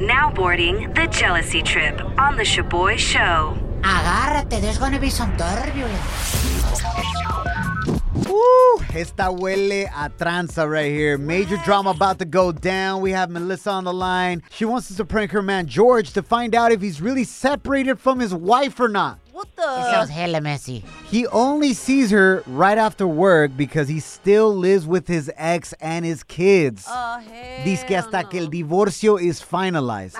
Now boarding the jealousy trip on the Shaboy Show. Agárrate, there's gonna be some turbulence. Woo! Esta huele a tranza right here. Major drama about to go down. We have Melissa on the line. She wants us to prank her man George to find out if he's really separated from his wife or not. What the? Sounds hella messy. He only sees her right after work because he still lives with his ex and his kids. Oh, hell Dice que hasta no. Oh, que el divorcio is finalized.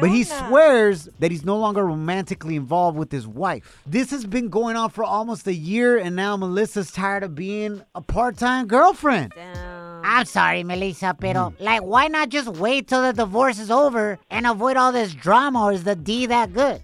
but he swears that he's no longer romantically involved with his wife. This has been going on for almost a year, and now Melissa's tired of being a part time girlfriend. Damn. I'm sorry, Melissa, pero like, why not just wait till the divorce is over and avoid all this drama? Or is the D that good?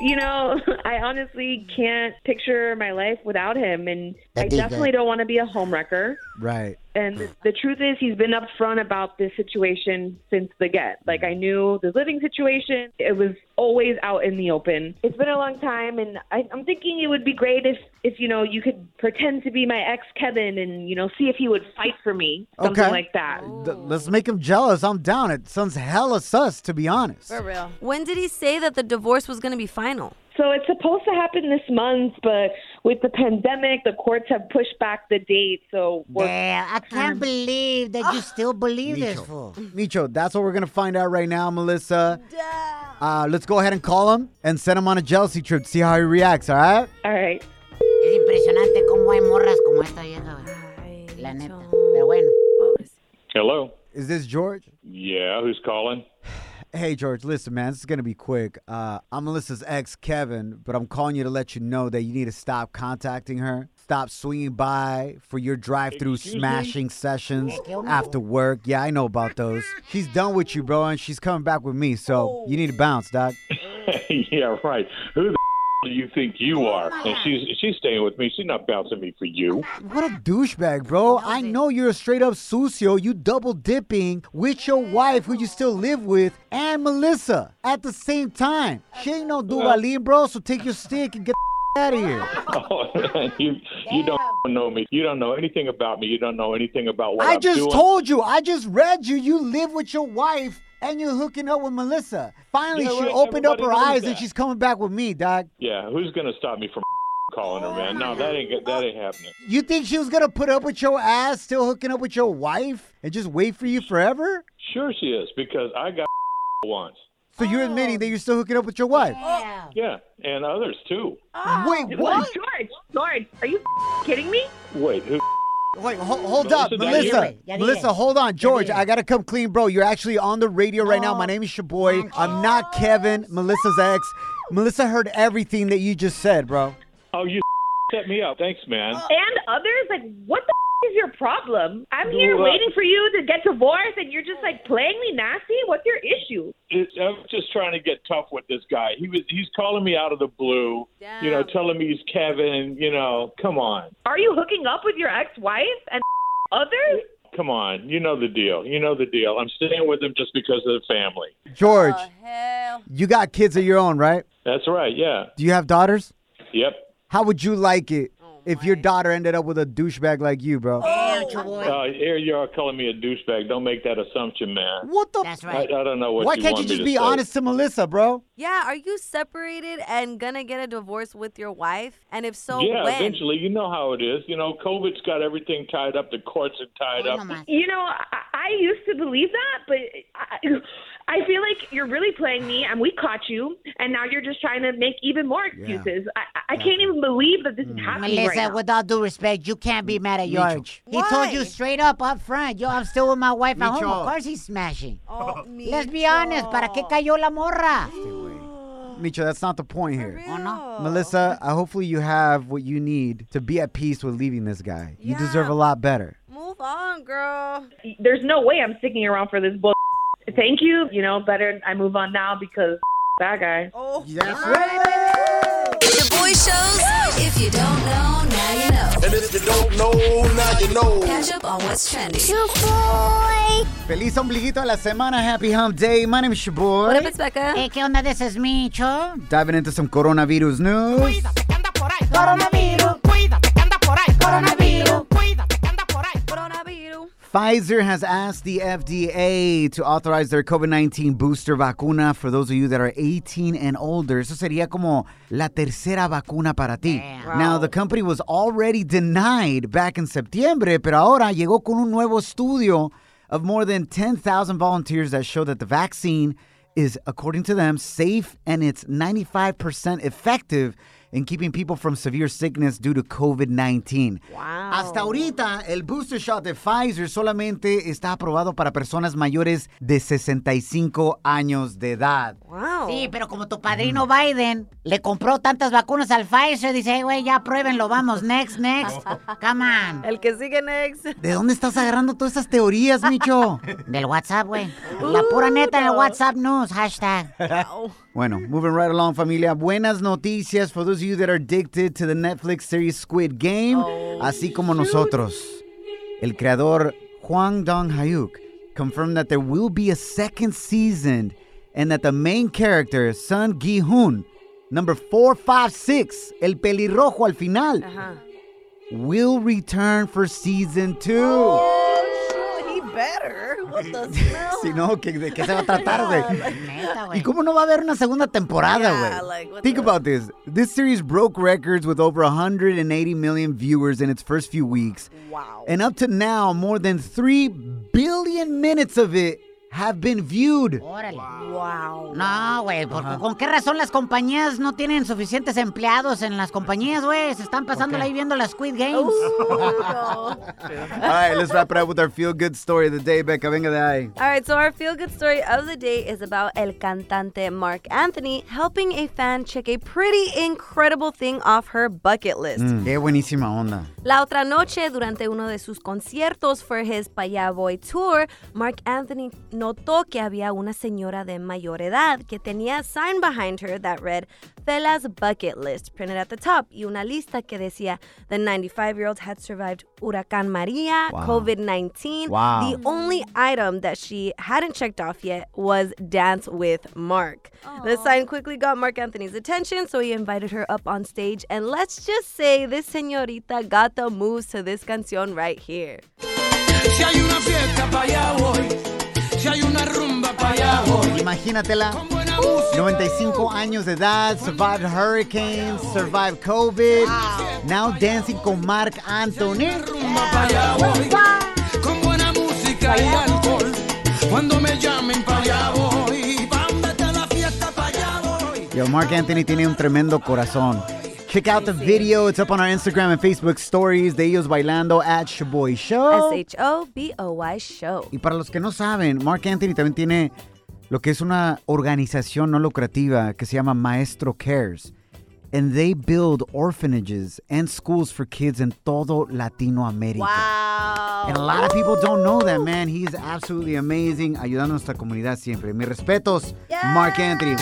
you know, I honestly can't picture my life without him, and That'd be I definitely good. don't want to be a homewrecker. Right. And th- the truth is, he's been upfront about this situation since the get. Like, I knew the living situation, it was always out in the open. It's been a long time, and I, I'm thinking it would be great if, if, you know, you could pretend to be my ex Kevin and, you know, see if he would fight for me. Something Okay. like that. Th- let's make him jealous. I'm down. It sounds hella sus, to be honest. For real. When did he say that the divorce was going to be final? So it's supposed to happen this month, but with the pandemic, the courts have pushed back the date. So we're Damn, Eh, I can't believe that you still believe this fool. Micho, that's what we're going to find out right now, Melissa. Uh, let's go ahead and call him and send him on a jealousy trip to see how he reacts, all right? All right. Es impresionante cómo hay morras como esta vieja, güey. Ay, La neta. chon. Pero bueno. Hello. Is this George? Yeah, who's calling? Hey, George, listen, man, this is going to be quick. Uh, I'm Melissa's ex, Kevin, but I'm calling you to let you know that you need to stop contacting her. Stop swinging by for your drive through Excuse me? smashing sessions after work. Yeah, I know about those. She's done with you, bro, and she's coming back with me, Oh. so you need to bounce, doc. yeah, right. Who the do you think you are? And she's she's staying with me. She's not bouncing me for you. What a douchebag, bro. I know you're a straight up sucio. You double dipping with your wife, who you still live with, and Melissa at the same time. She ain't no Duvalin, bro, so take your stick and get out of here. Oh, you you don't know me. You don't know anything about me. You don't know anything about what I am just doing. told you. I just read you. You live with your wife and you're hooking up with Melissa. Finally, Yeah, she right. opened up her Everybody knows eyes and that. she's coming back with me, dog. yeah, who's gonna stop me from calling her, man? No, that ain't that ain't happening. You think she was gonna put up with your ass, still hooking up with your wife, and just wait for you forever? Sure, she is because I got once. So you're admitting that you're still hooking up with your wife? Oh. Yeah, and others too. Wait, what? George, George, are you kidding me? Wait, who? Wait, ho- hold Melissa, up, that Melissa. you? Yeah, Melissa, yeah. hold on, George. yeah. I gotta come clean, bro. You're actually on the radio right now. My name is your boy. I'm not Kevin, Melissa's ex. Melissa heard everything that you just said, bro. Oh, you set me up. Thanks, man. And others, like, what the is your problem? I'm here Well- waiting for you to get divorced, and you're just like playing me nasty. What's your issue? it, I'm just trying to get tough with this guy. He was he's calling me out of the blue, you know, Damn. telling me he's Kevin, you know, come on. Are you hooking up with your ex-wife and others? Come on. You know the deal. You know the deal. I'm staying with him just because of the family. George, Oh, Hell. you got kids of your own, right? That's right. Yeah. Do you have daughters? Yep. How would you like it Oh, if your daughter ended up with a douchebag like you, bro? Uh, here you are calling me a douchebag. Don't make that assumption, man. What the? That's I, right. I don't know what Why you can't you want me just to be say. honest to Melissa, bro? Yeah, are you separated and going to get a divorce with your wife? And if so, Yeah, when? eventually, you know how it is. You know, COVID's got everything tied up. The courts are tied up. You know, I, I used to believe that, but I, I feel like you're really playing me, and we caught you, and now you're just trying to make even more excuses. I, I can't even believe that this is happening Melissa, right now. with all due respect, you can't be mad at George. He Why? told you straight up up front, yo, I'm still with my wife at home. Micho. Of course he's smashing. Oh, me Let's be honest, ¿para qué cayó la morra? Micho, that's not the point here. Oh, no. Melissa, I hopefully you have what you need to be at peace with leaving this guy. You Yeah. deserve a lot better. Move on, girl. There's no way I'm sticking around for this bull. Thank you. You know, better I move on now because that guy. That's right. The boy shows. If you don't know, now you know. And if you don't know, now you know. Catch up on what's trending. Feliz ombliguito de la semana. Happy hump day. My name is your boy. What up, it's Becca? Hey, Eh, ¿qué onda? This is me, Cho. Diving into some coronavirus news. Coronavirus. Pfizer has asked the FDA to authorize their COVID 19 booster vacuna for those of you that are 18 and older. Eso sería como la tercera vacuna para ti. Now, the company was already denied back in Septiembre, pero ahora llegó con un nuevo estudio of more than 10,000 volunteers that show that the vaccine is, according to them, safe and it's 95% effective in keeping people from severe sickness due to COVID 19. Hasta ahorita, el booster shot de Pfizer solamente está aprobado para personas mayores de 65 años de edad. Wow. Sí, pero como tu padrino Biden le compró tantas vacunas al Pfizer, dice, "Hey, güey, ya pruébenlo, vamos, next, next. Come on. El que sigue next. ¿De dónde estás agarrando todas esas teorías, Micho? Del WhatsApp, güey. La pura Uh, neta en el WhatsApp news, hashtag. Bueno, moving right along, familia. Buenas noticias for those of you that are addicted to the Netflix series Squid Game, Oh, así como nosotros. El creador Huang Dong-hyuk confirmed that there will be a second season and that the main character, Sun Gi-hoon, number 456, el pelirrojo al final, will return for season two. Oh, He better. What the smell? Si no, ¿qué- ¿de qué se va a tratar, güey? Neta, güey. ¿Y cómo no va a haber una segunda temporada, güey? Yeah, like, what Think the- about this. This series broke records with over 180 million viewers in its first few weeks. Wow. And up to now, more than 3 billion minutes of it have been Oh. viewed. Órale. Wow. No, güey, ¿por- ¿con qué razón las compañías no tienen suficientes empleados en las compañías, güey? Se están pasándola ahí viendo las Squid Games. Uh. All right, let's wrap it up with our feel good story of the day, Becca. Venga de ahí. All right, so our feel good story of the day is about El Cantante Mark Anthony helping a fan check a pretty incredible thing off her bucket list. Qué buenísima onda. La otra noche, durante uno de sus conciertos for his Paya Boy Tour, Mark Anthony notó que había una señora de mayor edad que tenía a sign behind her that read Fella's Bucket List printed at the top y una lista que decía the 95-year-old had survived Huracán María, COVID-19. Wow. The only item that she hadn't checked off yet was Dance with Mark. The sign quickly got Mark Anthony's attention, so he invited her up on stage. And let's just say this señorita got the moves to this canción right here. Imagínatela. 95 años de edad, survived hurricanes, survived COVID. Now dancing con Mark Anthony. Yo, Mark Anthony tiene un tremendo corazón. Check out the video. It's up on our Instagram and Facebook stories de ellos bailando at Shaboy Show. S H O B O Y show. Y para los que no saben, Mark Anthony también tiene lo que es una organización no lucrativa que se llama Maestro Cares. And they build orphanages and schools for kids in todo Latinoamérica. Wow. And a lot of people don't know that, man. He's absolutely amazing, ayudando a nuestra comunidad siempre. Mis respetos, Mark Anthony.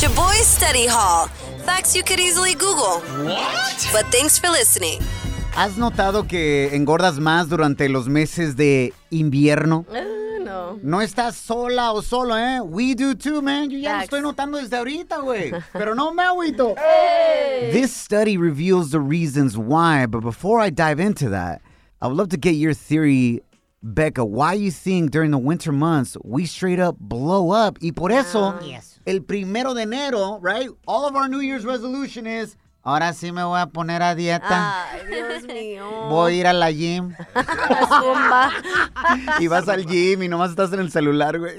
Your boy study hall. Facts you could easily Google. What? But thanks for listening. ¿Has notado que engordas más durante los meses de invierno? Ah, no. No estás sola o solo, ¿eh? We do too, man. Yo ya lo Facts. estoy notando desde ahorita, güey. Pero no me agüito. This study reveals the reasons why, but before I dive into that, I would love to get your theory, Becca, why you think during the winter months we straight up blow up. Y por eso, Yes. el primero de enero, right? All of our New Year's resolution is, ahora sí me voy a poner a dieta. Ay, Dios mío. Voy a ir a la gym. Zumba. y vas al gym y nomás estás en el celular, güey.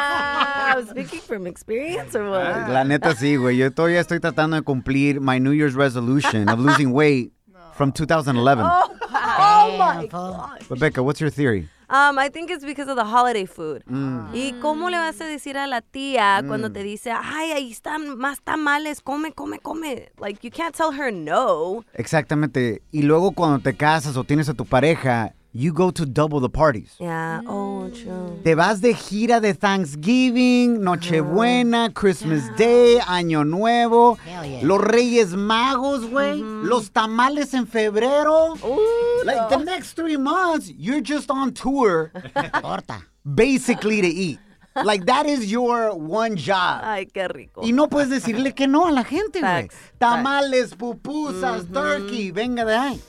Damn. Speaking from experience or what? La neta sí, güey. Yo todavía estoy tratando de cumplir my New Year's resolution of losing weight from 2011. Oh my But Becca, what's your theory? Um, I think it's because of the holiday food. Mm. ¿Y cómo le vas a decir a la tía cuando te dice, ay, ahí están más tamales, come, come, come? Like, you can't tell her no. Exactamente. Y luego cuando te casas o tienes a tu pareja, you go to double the parties. Yeah. Oh, true. Te vas de gira de Thanksgiving, Ah. Nochebuena, Christmas Day, Año Nuevo, los Reyes Magos, güey, los tamales en febrero. Uh, Like the next three months, you're just on tour, Torta. basically to eat. Like that is your one job. Ay, qué rico. Y no puedes decirle que no a la gente, güey. Facts, Tamales, pupusas, turkey, venga de ahí.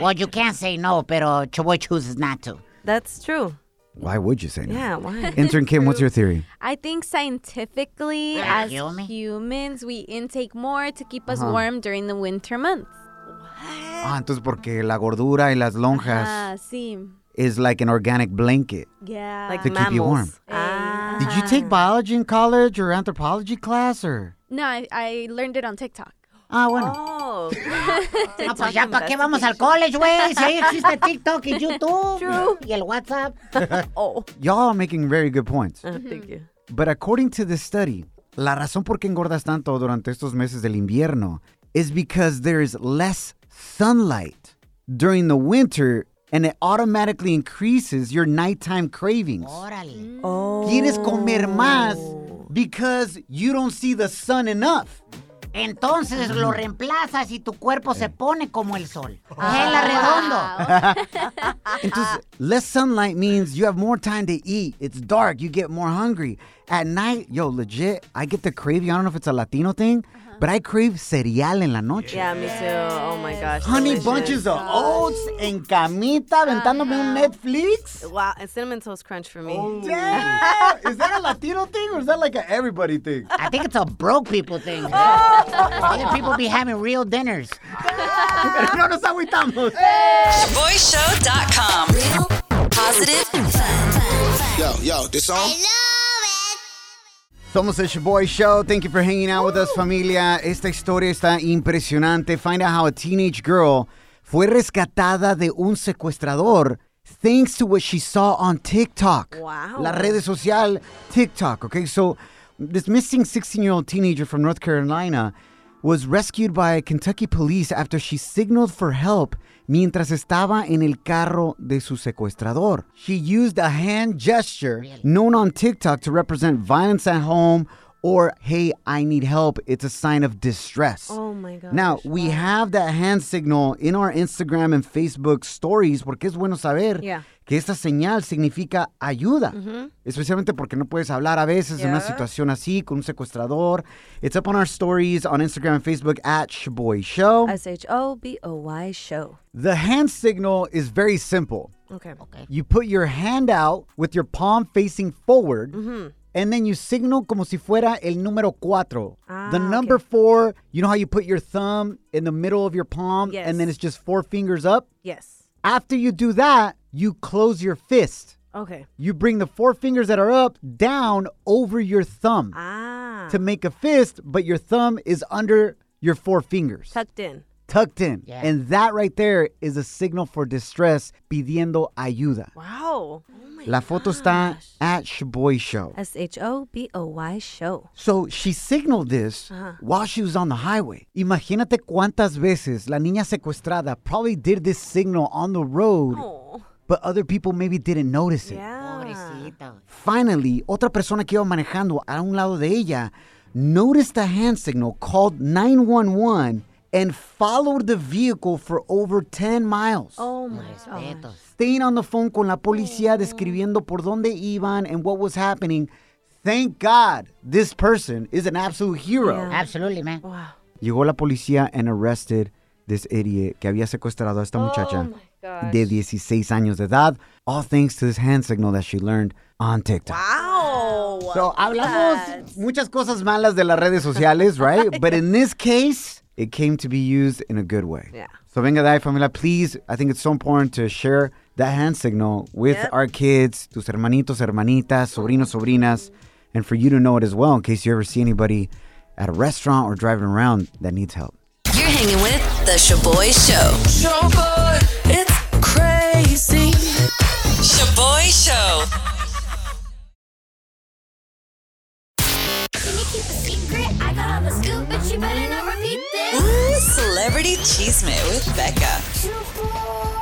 Well, you can't say no, pero Chaboy chooses not to. That's true. Why would you say no? Yeah. Why? Intern Kim, what's your theory? I think scientifically, as kill me. humans, we intake more to keep us Uh-huh. warm during the winter months. Ah, entonces porque la gordura y las lonjas Ah, sí. is like an organic blanket. Yeah. Like To keep you warm. mammals. Ah. Did you take biology in college or anthropology class or? no, I, I learned it on TikTok. Ah, bueno. Oh. No, pues ya, ¿para qué vamos al college, güey? Si ahí existe TikTok y YouTube y el WhatsApp. oh. Y'all are making very good points. Ah, Thank you. But according to this study, la razón por qué engordas tanto durante estos meses del invierno is because there is less sunlight during the winter and it automatically increases your nighttime cravings. Órale. Oh. Quieres comer más because you don't see the sun enough. Entonces lo reemplazas y tu cuerpo se pone como el sol. Ah. Gela redondo. Entonces, less sunlight means you have more time to eat. It's dark, you get more hungry. At night, yo, legit, I get the craving. I don't know if it's a Latino thing, but I crave cereal en la noche. Yeah, me too. Oh my gosh. Honey delicious. bunches of oats en camita, aventándome un Netflix. Wow, and cinnamon toast crunch for me. Oh. Damn! Is that a Latino thing or is that like an everybody thing? I think it's a broke people thing. Other people be having real dinners. no nos agüitamos. ShaboyShow.com. Real, positive, fun. Yo, yo, this song? Somos el Shaboy Show. Thank you for hanging out with us, familia. Esta historia está impresionante. Find out how a teenage girl fue rescatada de un secuestrador thanks to what she saw on TikTok. Wow. La red social TikTok. Okay, so this missing 16-year-old teenager from North Carolina was rescued by Kentucky police after she signaled for help mientras estaba en el carro de su secuestrador. She used a hand gesture known on TikTok to represent violence at home or hey, I need help. It's a sign of distress. Oh my gosh. Now, we have that hand signal in our Instagram and Facebook stories porque es bueno saber Yeah. que esta señal significa ayuda, especialmente porque no puedes hablar a veces en una situación así con un secuestrador. It's up on our stories on Instagram and Facebook at Shaboy Show. S H O B O Y show. The hand signal is very simple. Okay. You put your hand out with your palm facing forward, and then you signal como si fuera el número cuatro. Ah, the number four, you know how you put your thumb in the middle of your palm, Yes. and then it's just four fingers up? Yes. After you do that, you close your fist. Okay. You bring the four fingers that are up down over your thumb Ah. to make a fist, but your thumb is under your four fingers Tucked in. tucked in. And that right there is a signal for distress pidiendo ayuda. Oh Wow. La foto está at Shaboy Show. S H O B O Y show. So she signaled this Uh-huh. while she was on the highway. Imagínate cuántas veces la niña secuestrada probably did this signal on the road, Oh. but other people maybe didn't notice it. Ah. Yeah. Finally, otra persona que iba manejando a un lado de ella noticed the hand signal, called 911, and followed the vehicle for over 10 miles. Oh my god. staying on the phone con la policía describiendo por dónde iban and what was happening. Thank God this person is an absolute hero. Absolutely, man. Wow. Llegó la policía and arrested this idiot que había secuestrado a esta muchacha de 16 años de edad, all thanks to this hand signal that she learned on TikTok. Wow. So, hablamos muchas cosas malas de las redes sociales, right? But in this case, it came to be used in a good way. Yeah. So, venga de ahí, familia, please. I think it's so important to share that hand signal with our kids, tus hermanitos, hermanitas, sobrinos, sobrinas, and for you to know it as well in case you ever see anybody at a restaurant or driving around that needs help. You're hanging with The Shaboy Show. Shaboy, it's crazy. Shaboy Show. Can you keep a secret? I got all the scoop, but you better not repeat this. Ooh, Celebrity Cheesemate with Becca.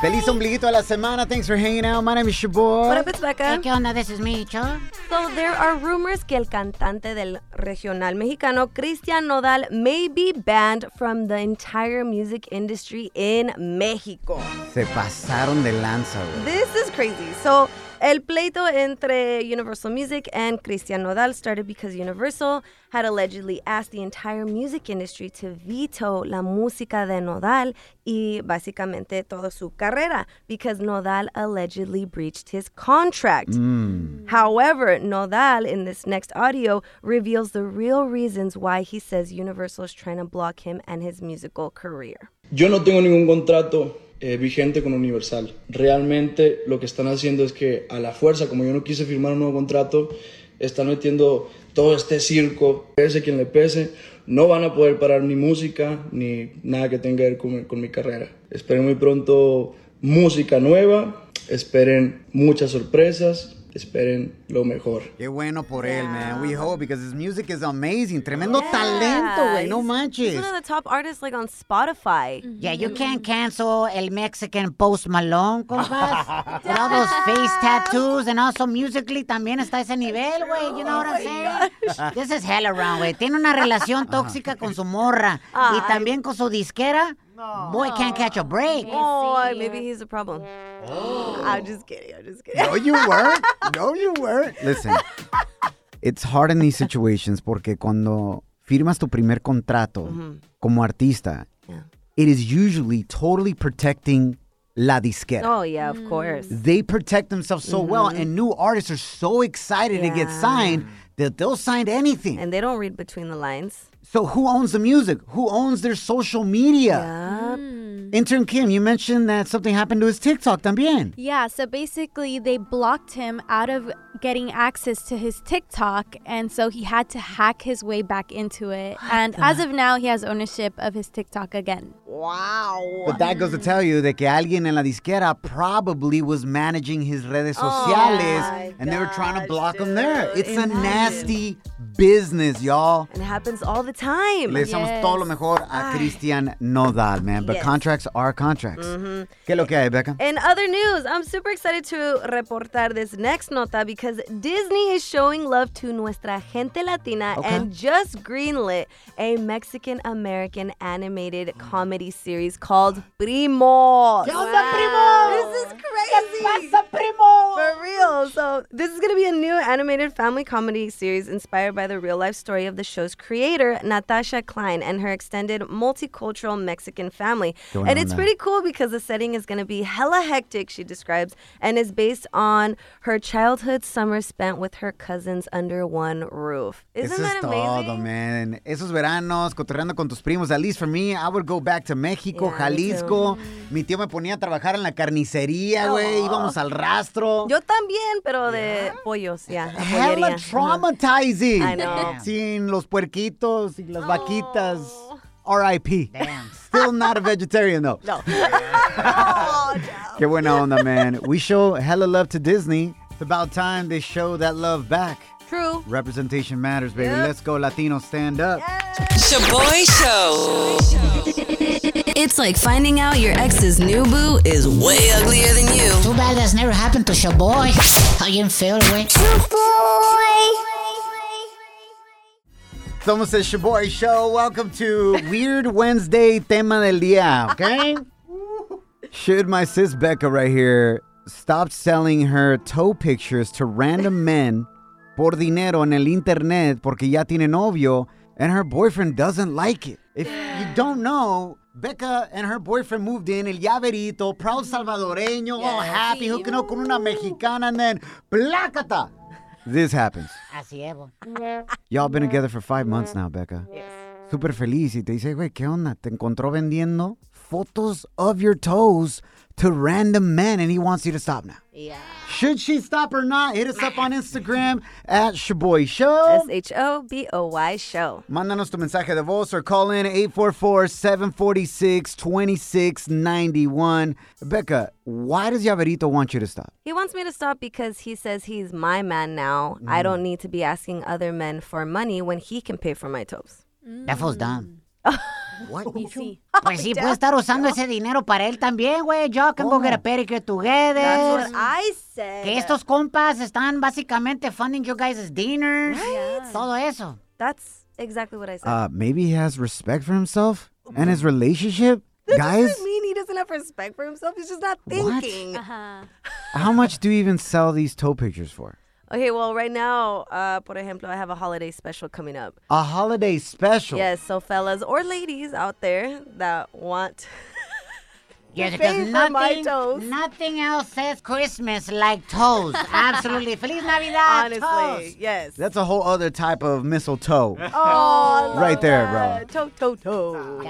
Feliz ombliguito de la semana. Thanks for hanging out. My name is Shabor. What up, it's Becca. ¿Qué onda? This is me, Cho. So there are rumors que el cantante del regional mexicano Cristian Nodal may be banned from the entire music industry in México. Se pasaron de lanza, güey. This is crazy. So, el pleito entre Universal Music and Cristian Nodal started because Universal had allegedly asked the entire music industry to veto la música de Nodal y básicamente toda su carrera because Nodal allegedly breached his contract. However, Nodal in this next audio reveals the real reasons why he says Universal is trying to block him and his musical career. Yo no tengo ningún contrato eh, vigente con Universal. Realmente lo que están haciendo es que a la fuerza, como yo no quise firmar un nuevo contrato, están metiendo todo este circo, pese quien le pese, no van a poder parar mi música ni nada que tenga que ver con, mi- con mi carrera. Esperen muy pronto música nueva, esperen muchas sorpresas, esperen lo mejor. Qué bueno por él, man. We hope because his music is amazing. Tremendo talento, güey. No He's manches. one of the top artists like on Spotify. Yeah, Mm. you can't cancel el Mexican Post Malone, compas. With all those face tattoos and also musically también está ese nivel, güey. You know Oh what I'm saying? This is hell around, güey. Tiene una relación tóxica con su morra y también con su disquera. Boy, can't catch a break. Oh, maybe he's a problem. I'm just kidding. I'm just kidding. No, you weren't. No, you weren't. Listen, it's hard in these situations porque cuando firmas tu primer contrato como artista, it is usually totally protecting la disquera. Oh yeah, of course. They protect themselves so well, and new artists are so excited to get Yeah. signed that they'll sign anything. And they don't read between the lines. So who owns the music? Who owns their social media? Yeah. Intern Kim, you mentioned that something happened to his TikTok también. Yeah, so basically they blocked him out of getting access to his TikTok, and so he had to hack his way back into it. and as of now, he has ownership of his TikTok again. But that goes to tell you that que alguien en la disquera probably was managing his redes sociales and they were trying to block him there. It's a nasty business, y'all. And it happens all the time. Le deseamos todo lo mejor a Cristian Nodal, man. But Yes. contracts are contracts. ¿Qué es lo que hay, Becca? In other news, I'm super excited to reportar this next nota because Disney is showing love to nuestra gente latina Okay. and just greenlit a Mexican American animated comedy series called Primo. This is crazy. For real. So, this is going to be a new animated family comedy series inspired by the real life story of the show's creator, Natasha Klein, and her extended multicultural Mexican family. Going and on it's now. pretty cool because the setting is going to be hella hectic, she describes, and is based on her childhood summer spent with her cousins under one roof. Isn't Eso that es amazing? todo, man. Esos veranos, cotorreando con tus primos. At least for me, I would go back to México, Yeah, me Jalisco. Mi tío me ponía a trabajar en la carnicería, güey. Íbamos al rastro. Yo también, pero de pollos, ya. Yeah, Hella traumatizing. I know. Sin los puerquitos, sin las vaquitas. R.I.P. Damn. Still not a vegetarian, though. No. Oh, Qué buena onda, man. We show hella love to Disney. It's about time they show that love back. True. Representation matters, baby. Let's go, Latino, stand up. Shaboy Show. It's like finding out your ex's new boo is way uglier than you. Too bad that's never happened to your boy. How you feel, güey? Somos el Shaboy Show. Welcome to Weird Wednesday Tema del Día, okay? Should my sis Becca right here stop selling her toe pictures to random men por dinero en el internet porque ya tiene novio and her boyfriend doesn't like it? If you don't know, Becca and her boyfriend moved in, el llaverito, proud salvadoreño, all happy, hooking up con una mexicana, and then placata. This happens. Así es, güey. Y'all been together for five months now, Becca. Super feliz y te dice, güey, ¿qué onda? Te encontró vendiendo photos of your toes to random men and he wants you to stop now. Yeah. ah, Should she stop or not? Hit us up on Instagram at Shaboy Show. S H O B O Y show. Mándanos tu mensaje de voz or call in 844-746-2691. Becca, why does Yaverito want you to stop? He wants me to stop because he says he's my man now. Mm. I don't need to be asking other men for money when he can pay for my toes. That fool's dumb. Y sí. Pues sí, puede estar usando ese dinero para él también, güey. Yo can go get a pedicure together. Ah, That's what I said. Que estos compas están básicamente funding you guys' dinners. Todo eso. That's exactly what I said. Uh, maybe he has respect for himself and his relationship. that Guys, doesn't mean he doesn't have respect for himself. He's just not thinking. Uh-huh. how much do you even sell these toe pictures for? Okay, well, right now, uh, por ejemplo, I have a holiday special coming up. A holiday special. Yes, so fellas or ladies out there that want Yes, to because pay for my nothing, toes. nothing else says Christmas like toes. Absolutely. Feliz Navidad, Honestly, toes. yes. That's a whole other type of mistletoe. Oh, I Right love there, that. Toe, toe, toe.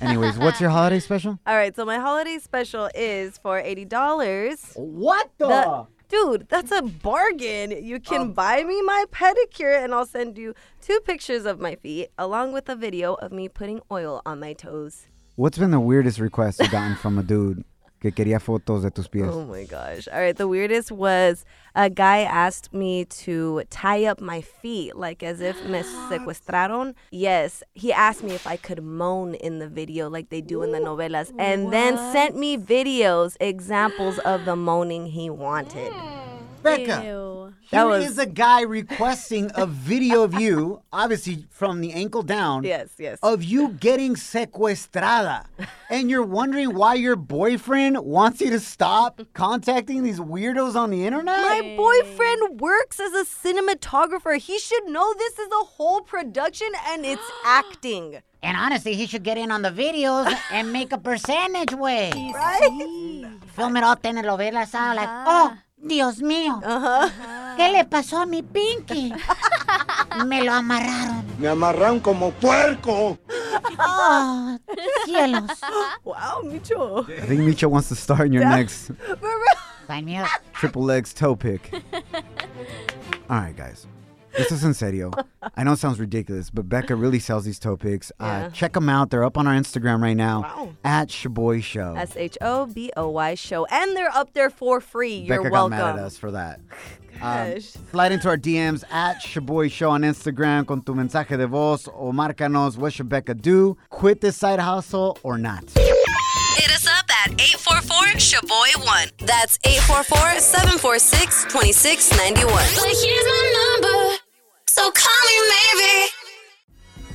Anyways, what's your holiday special? All right, so my holiday special is for eighty dollars. What the? Dude, that's a bargain. You can buy me my pedicure and I'll send you two pictures of my feet along with a video of me putting oil on my toes. What's been the weirdest request you've gotten from a dude que quería fotos de tus pies? Oh my gosh. All right, the weirdest was a guy asked me to tie up my feet like as if me secuestraron. Yes, he asked me if I could moan in the video like they do in the novelas and then sent me videos examples of the moaning he wanted. Becca, Ew. Here That is was- a guy requesting a video of you, obviously from the ankle down. Yes, yes. Of you getting secuestrada. And you're wondering why your boyfriend wants you to stop contacting these weirdos on the internet? My boyfriend works as a cinematographer. He should know this is a whole production and it's acting. And honestly, he should get in on the videos and make a percentage, way. Right? Film it all telenovelas out like, oh, Dios mío. ¿Qué le pasó a mi pinky? Me lo amarraron. Me amarran como puerco. Oh, cielos. Wow, Micho. I think Micho wants to start in your next For real. Sign me up. triple legs toe pick. All right, guys. This is in serio. I know it sounds ridiculous, but Becca really sells these toe picks. Uh, check them out. They're up on our Instagram right now at Shaboy Show. S H O B O Y show. And they're up there for free. You're Becca welcome. got mad at us for that. Um, Gosh. slide into our DMs at Shaboy Show on Instagram con tu mensaje de voz o márcanos. What should Becca do? Quit this side hustle or not? Hit us up at 844-SHABOY1. That's 844-746-2691. Well, here's my number, so call me maybe.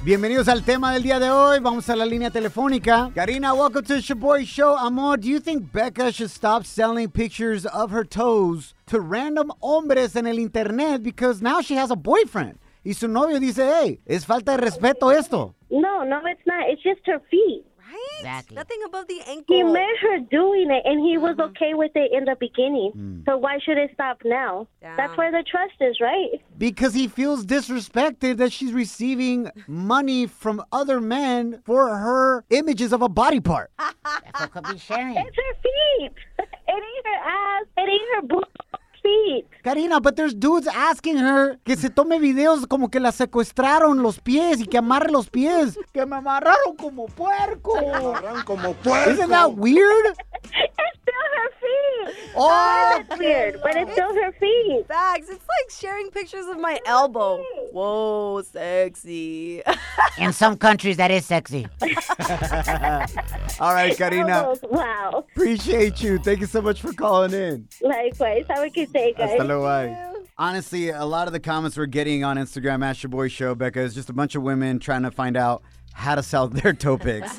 Bienvenidos al tema del día de hoy. Vamos a la línea telefónica. Karina, welcome to Shaboy Show. Amor, do you think Becca should stop selling pictures of her toes to random hombres en el internet because now she has a boyfriend? Y su novio dice, hey, es falta de respeto esto. No, no, it's not. It's just her feet. Right? Exactly. Nothing above the ankle. He Oh. met her doing it, and he Mm-hmm. was okay with it in the beginning. Mm. So why should it stop now? That's where the trust is, right? Because he feels disrespected that she's receiving money from other men for her images of a body part. That's what could be sharing. It's her feet. It ain't her ass. It ain't her bo- feet. Karina, but there's dudes asking her que se tome videos como que la secuestraron los pies y que amarre los pies. Que me amarraron como puerco. Amarran como Isn't that puerco. weird? It's still her feet. Oh, It's weird, but it's still her feet. Bags. It's like sharing pictures of my elbow. Whoa, sexy. In some countries, that is sexy. all right, Karina. Elbows, Wow. Appreciate you. Thank you so much for calling in. Likewise. Have a good day, guys. Hasta luego, bye. Honestly, a lot of the comments we're getting on Instagram at your boy show, Becca, is just a bunch of women trying to find out how to sell their toe pics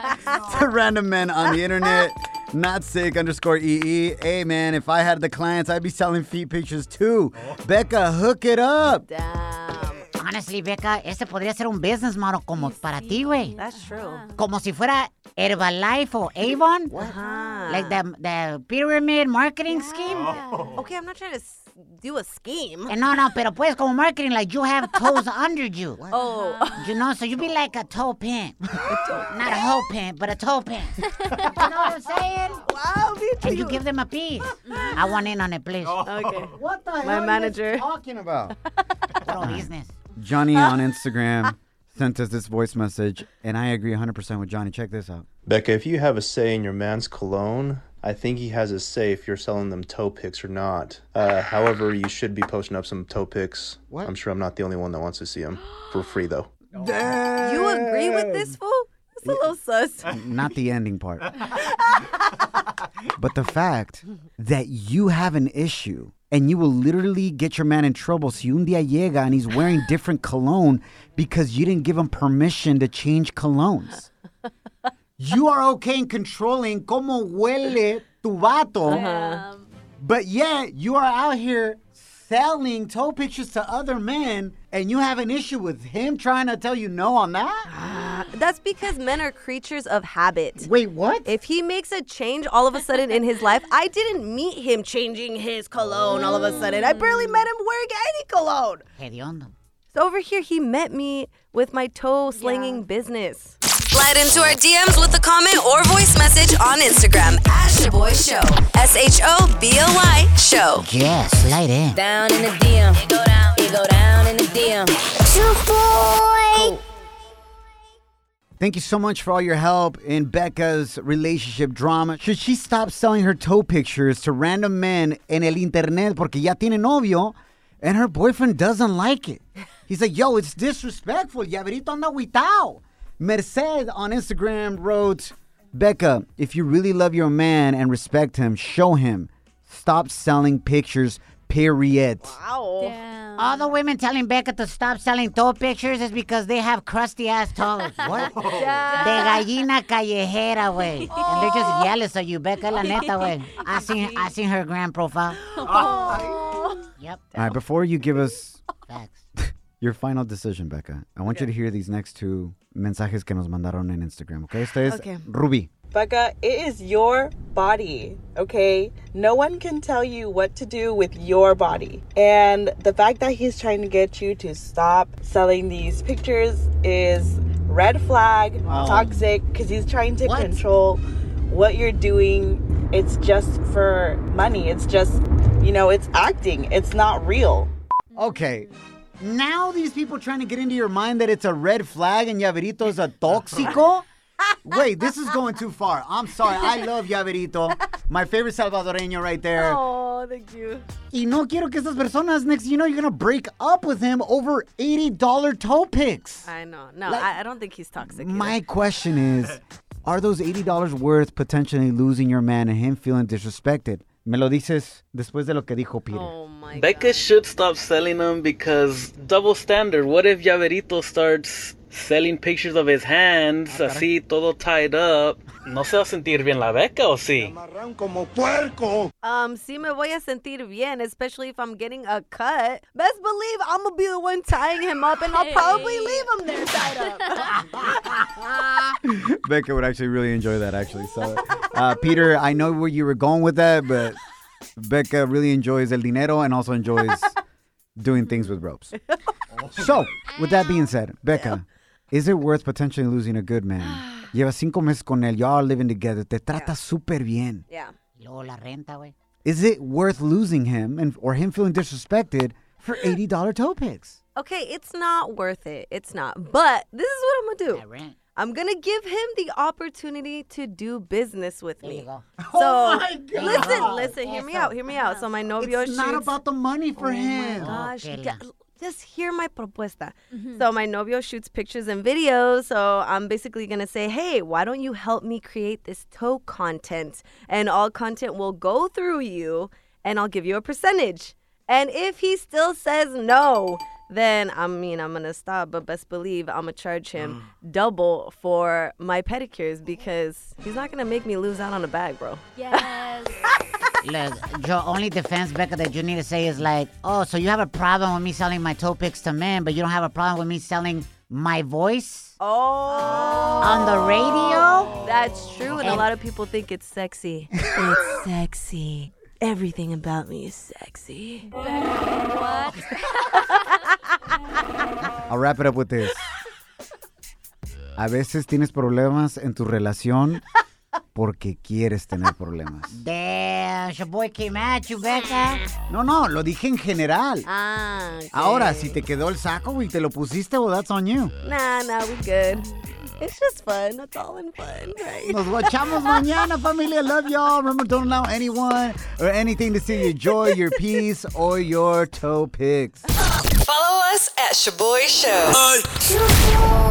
to random men on the internet. Not sick underscore EE. Hey man, if I had the clients, I'd be selling feet pictures too. Becca, hook it up. Damn. Honestly, Becca, este podría ser un business model como para ti, güey. That's true. Como si fuera Herbalife o Avon. Like the, the pyramid marketing scheme. Okay, I'm not trying to s- do a scheme. Eh, No, no, pero pues como marketing, like you have toes under you. Oh, You know, so you be like a toe pimp. Not a hoe pimp, but a toe pimp. you know what I'm saying? wow, Micho. And you give them a piece. I want in on it, please. Okay. What the hell My manager. talking about? Pro business. Johnny on Instagram sent us this voice message, and I agree 100% with Johnny. Check this out. Becca, if you have a say in your man's cologne, I think he has a say if you're selling them toe pics or not. Uh, however, you should be posting up some toe pics. What? I'm sure I'm not the only one that wants to see them for free, though. You agree with this fool? This a little sus. Not the ending part. but the fact that you have an issue and you will literally get your man in trouble. Si un día llega and he's wearing different cologne because you didn't give him permission to change colognes. You are okay in controlling como huele tu vato, but yet you are out here selling toe pictures to other men and you have an issue with him trying to tell you no on that? That's because men are creatures of habit. Wait, what? If he makes a change all of a sudden in his life, I didn't meet him changing his cologne all of a sudden. I barely met him wearing any cologne. Hediondo. So over here, he met me with my toe slinging business. Slide into our DMs with a comment or voice message on Instagram at Shaboy Show. S H O B O Y Show. Yeah, slide in. Down in the DM. It go down. It go down in the DM. Shaboy. Thank you so much for all your help in Becca's relationship drama. Should she stop selling her toe pictures to random men en el internet porque ya tiene novio and her boyfriend doesn't like it? He's like, yo, it's disrespectful. Llaverito anda huitao. Merced on Instagram wrote, Becca, if you really love your man and respect him, show him. Stop selling pictures, period. All the women telling Becca to stop selling toe pictures is because they have crusty ass toes. what? De gallina callejera, way. And they're just jealous of you, Becca, la neta, way. I seen, I seen her grand profile. Yep. All right, before you give us your final decision, Becca, I want you to hear these next two mensajes que nos mandaron en Instagram, okay? Esto es Okay. Ruby. Becca, it is your body, okay? No one can tell you what to do with your body. And the fact that he's trying to get you to stop selling these pictures is red flag, Wow. toxic, because he's trying to control what you're doing. It's just for money. It's just, you know, it's acting, it's not real. Okay. Now these people trying to get into your mind that it's a red flag and Llaverito is a tóxico? Wait, this is going too far. I'm sorry. I love Llaverito. My favorite salvadoreño right there. Oh, thank you. Y no quiero que estas personas, next you know, you're going to break up with him over $80 toe picks. I know. No, Like- I, I don't think he's toxic. My question is, are those $80 worth potentially losing your man and him feeling disrespected? Me lo dices después de lo que dijo Peter. Becca should stop selling them because double standard. What if Llaverito starts selling pictures of his hands, así todo tied up? No se va a sentir bien la Becca, ¿o sí? Como puerco. Um, si me voy a sentir bien, especially if I'm getting a cut. Best believe I'm gonna be the one tying him up, and I'll probably leave him there tied up. Becca would actually really enjoy that, actually. So, uh, Peter, I know where you were going with that, but Becca really enjoys el dinero and also enjoys doing things with ropes. So, with that being said, Becca, is it worth potentially losing a good man? Lleva cinco meses con él. Y'all are living together. Te trata súper bien. yeah. Y luego la renta, güey. Is it worth losing him and or him feeling disrespected for $80 toe picks? Okay, it's not worth it. It's not. But this is what I'm gonna do. I'm gonna give him the opportunity to do business with me. So Oh my God. listen, listen, hear me out, hear me out. So my novio It's not shoots- about the money Oh for him. gosh, ju- just hear my propuesta. So my novio shoots pictures and videos. So I'm basically gonna say, hey, why don't you help me create this toe content? And all content will go through you, and I'll give you a percentage. And if he still says no, then I mean I'm gonna stop. But best believe I'm gonna charge him double for my pedicures because he's not gonna make me lose out on a bag, bro. Look, your only defense, Becca, that you need to say is like, oh, so you have a problem with me selling my toe pics to men, but you don't have a problem with me selling my voice? Oh. On the radio? That's true, and a And- lot of people think it's sexy. it's sexy. Everything about me is sexy. What? I'll wrap it up with this. A veces tienes problemas en tu relación porque quieres tener problemas. Damn, your boy came at you, Becca. No, no, lo dije en general. Ah. Ahora, si te quedó el saco y te lo pusiste, well, that's on you. Nah, nah, we good. It's just fun. It's all in fun, right? Nos guachamos mañana, familia. Love y'all. Remember, don't allow anyone or anything to steal your joy, your peace, or your toe picks. Follow us at Shaboy Show.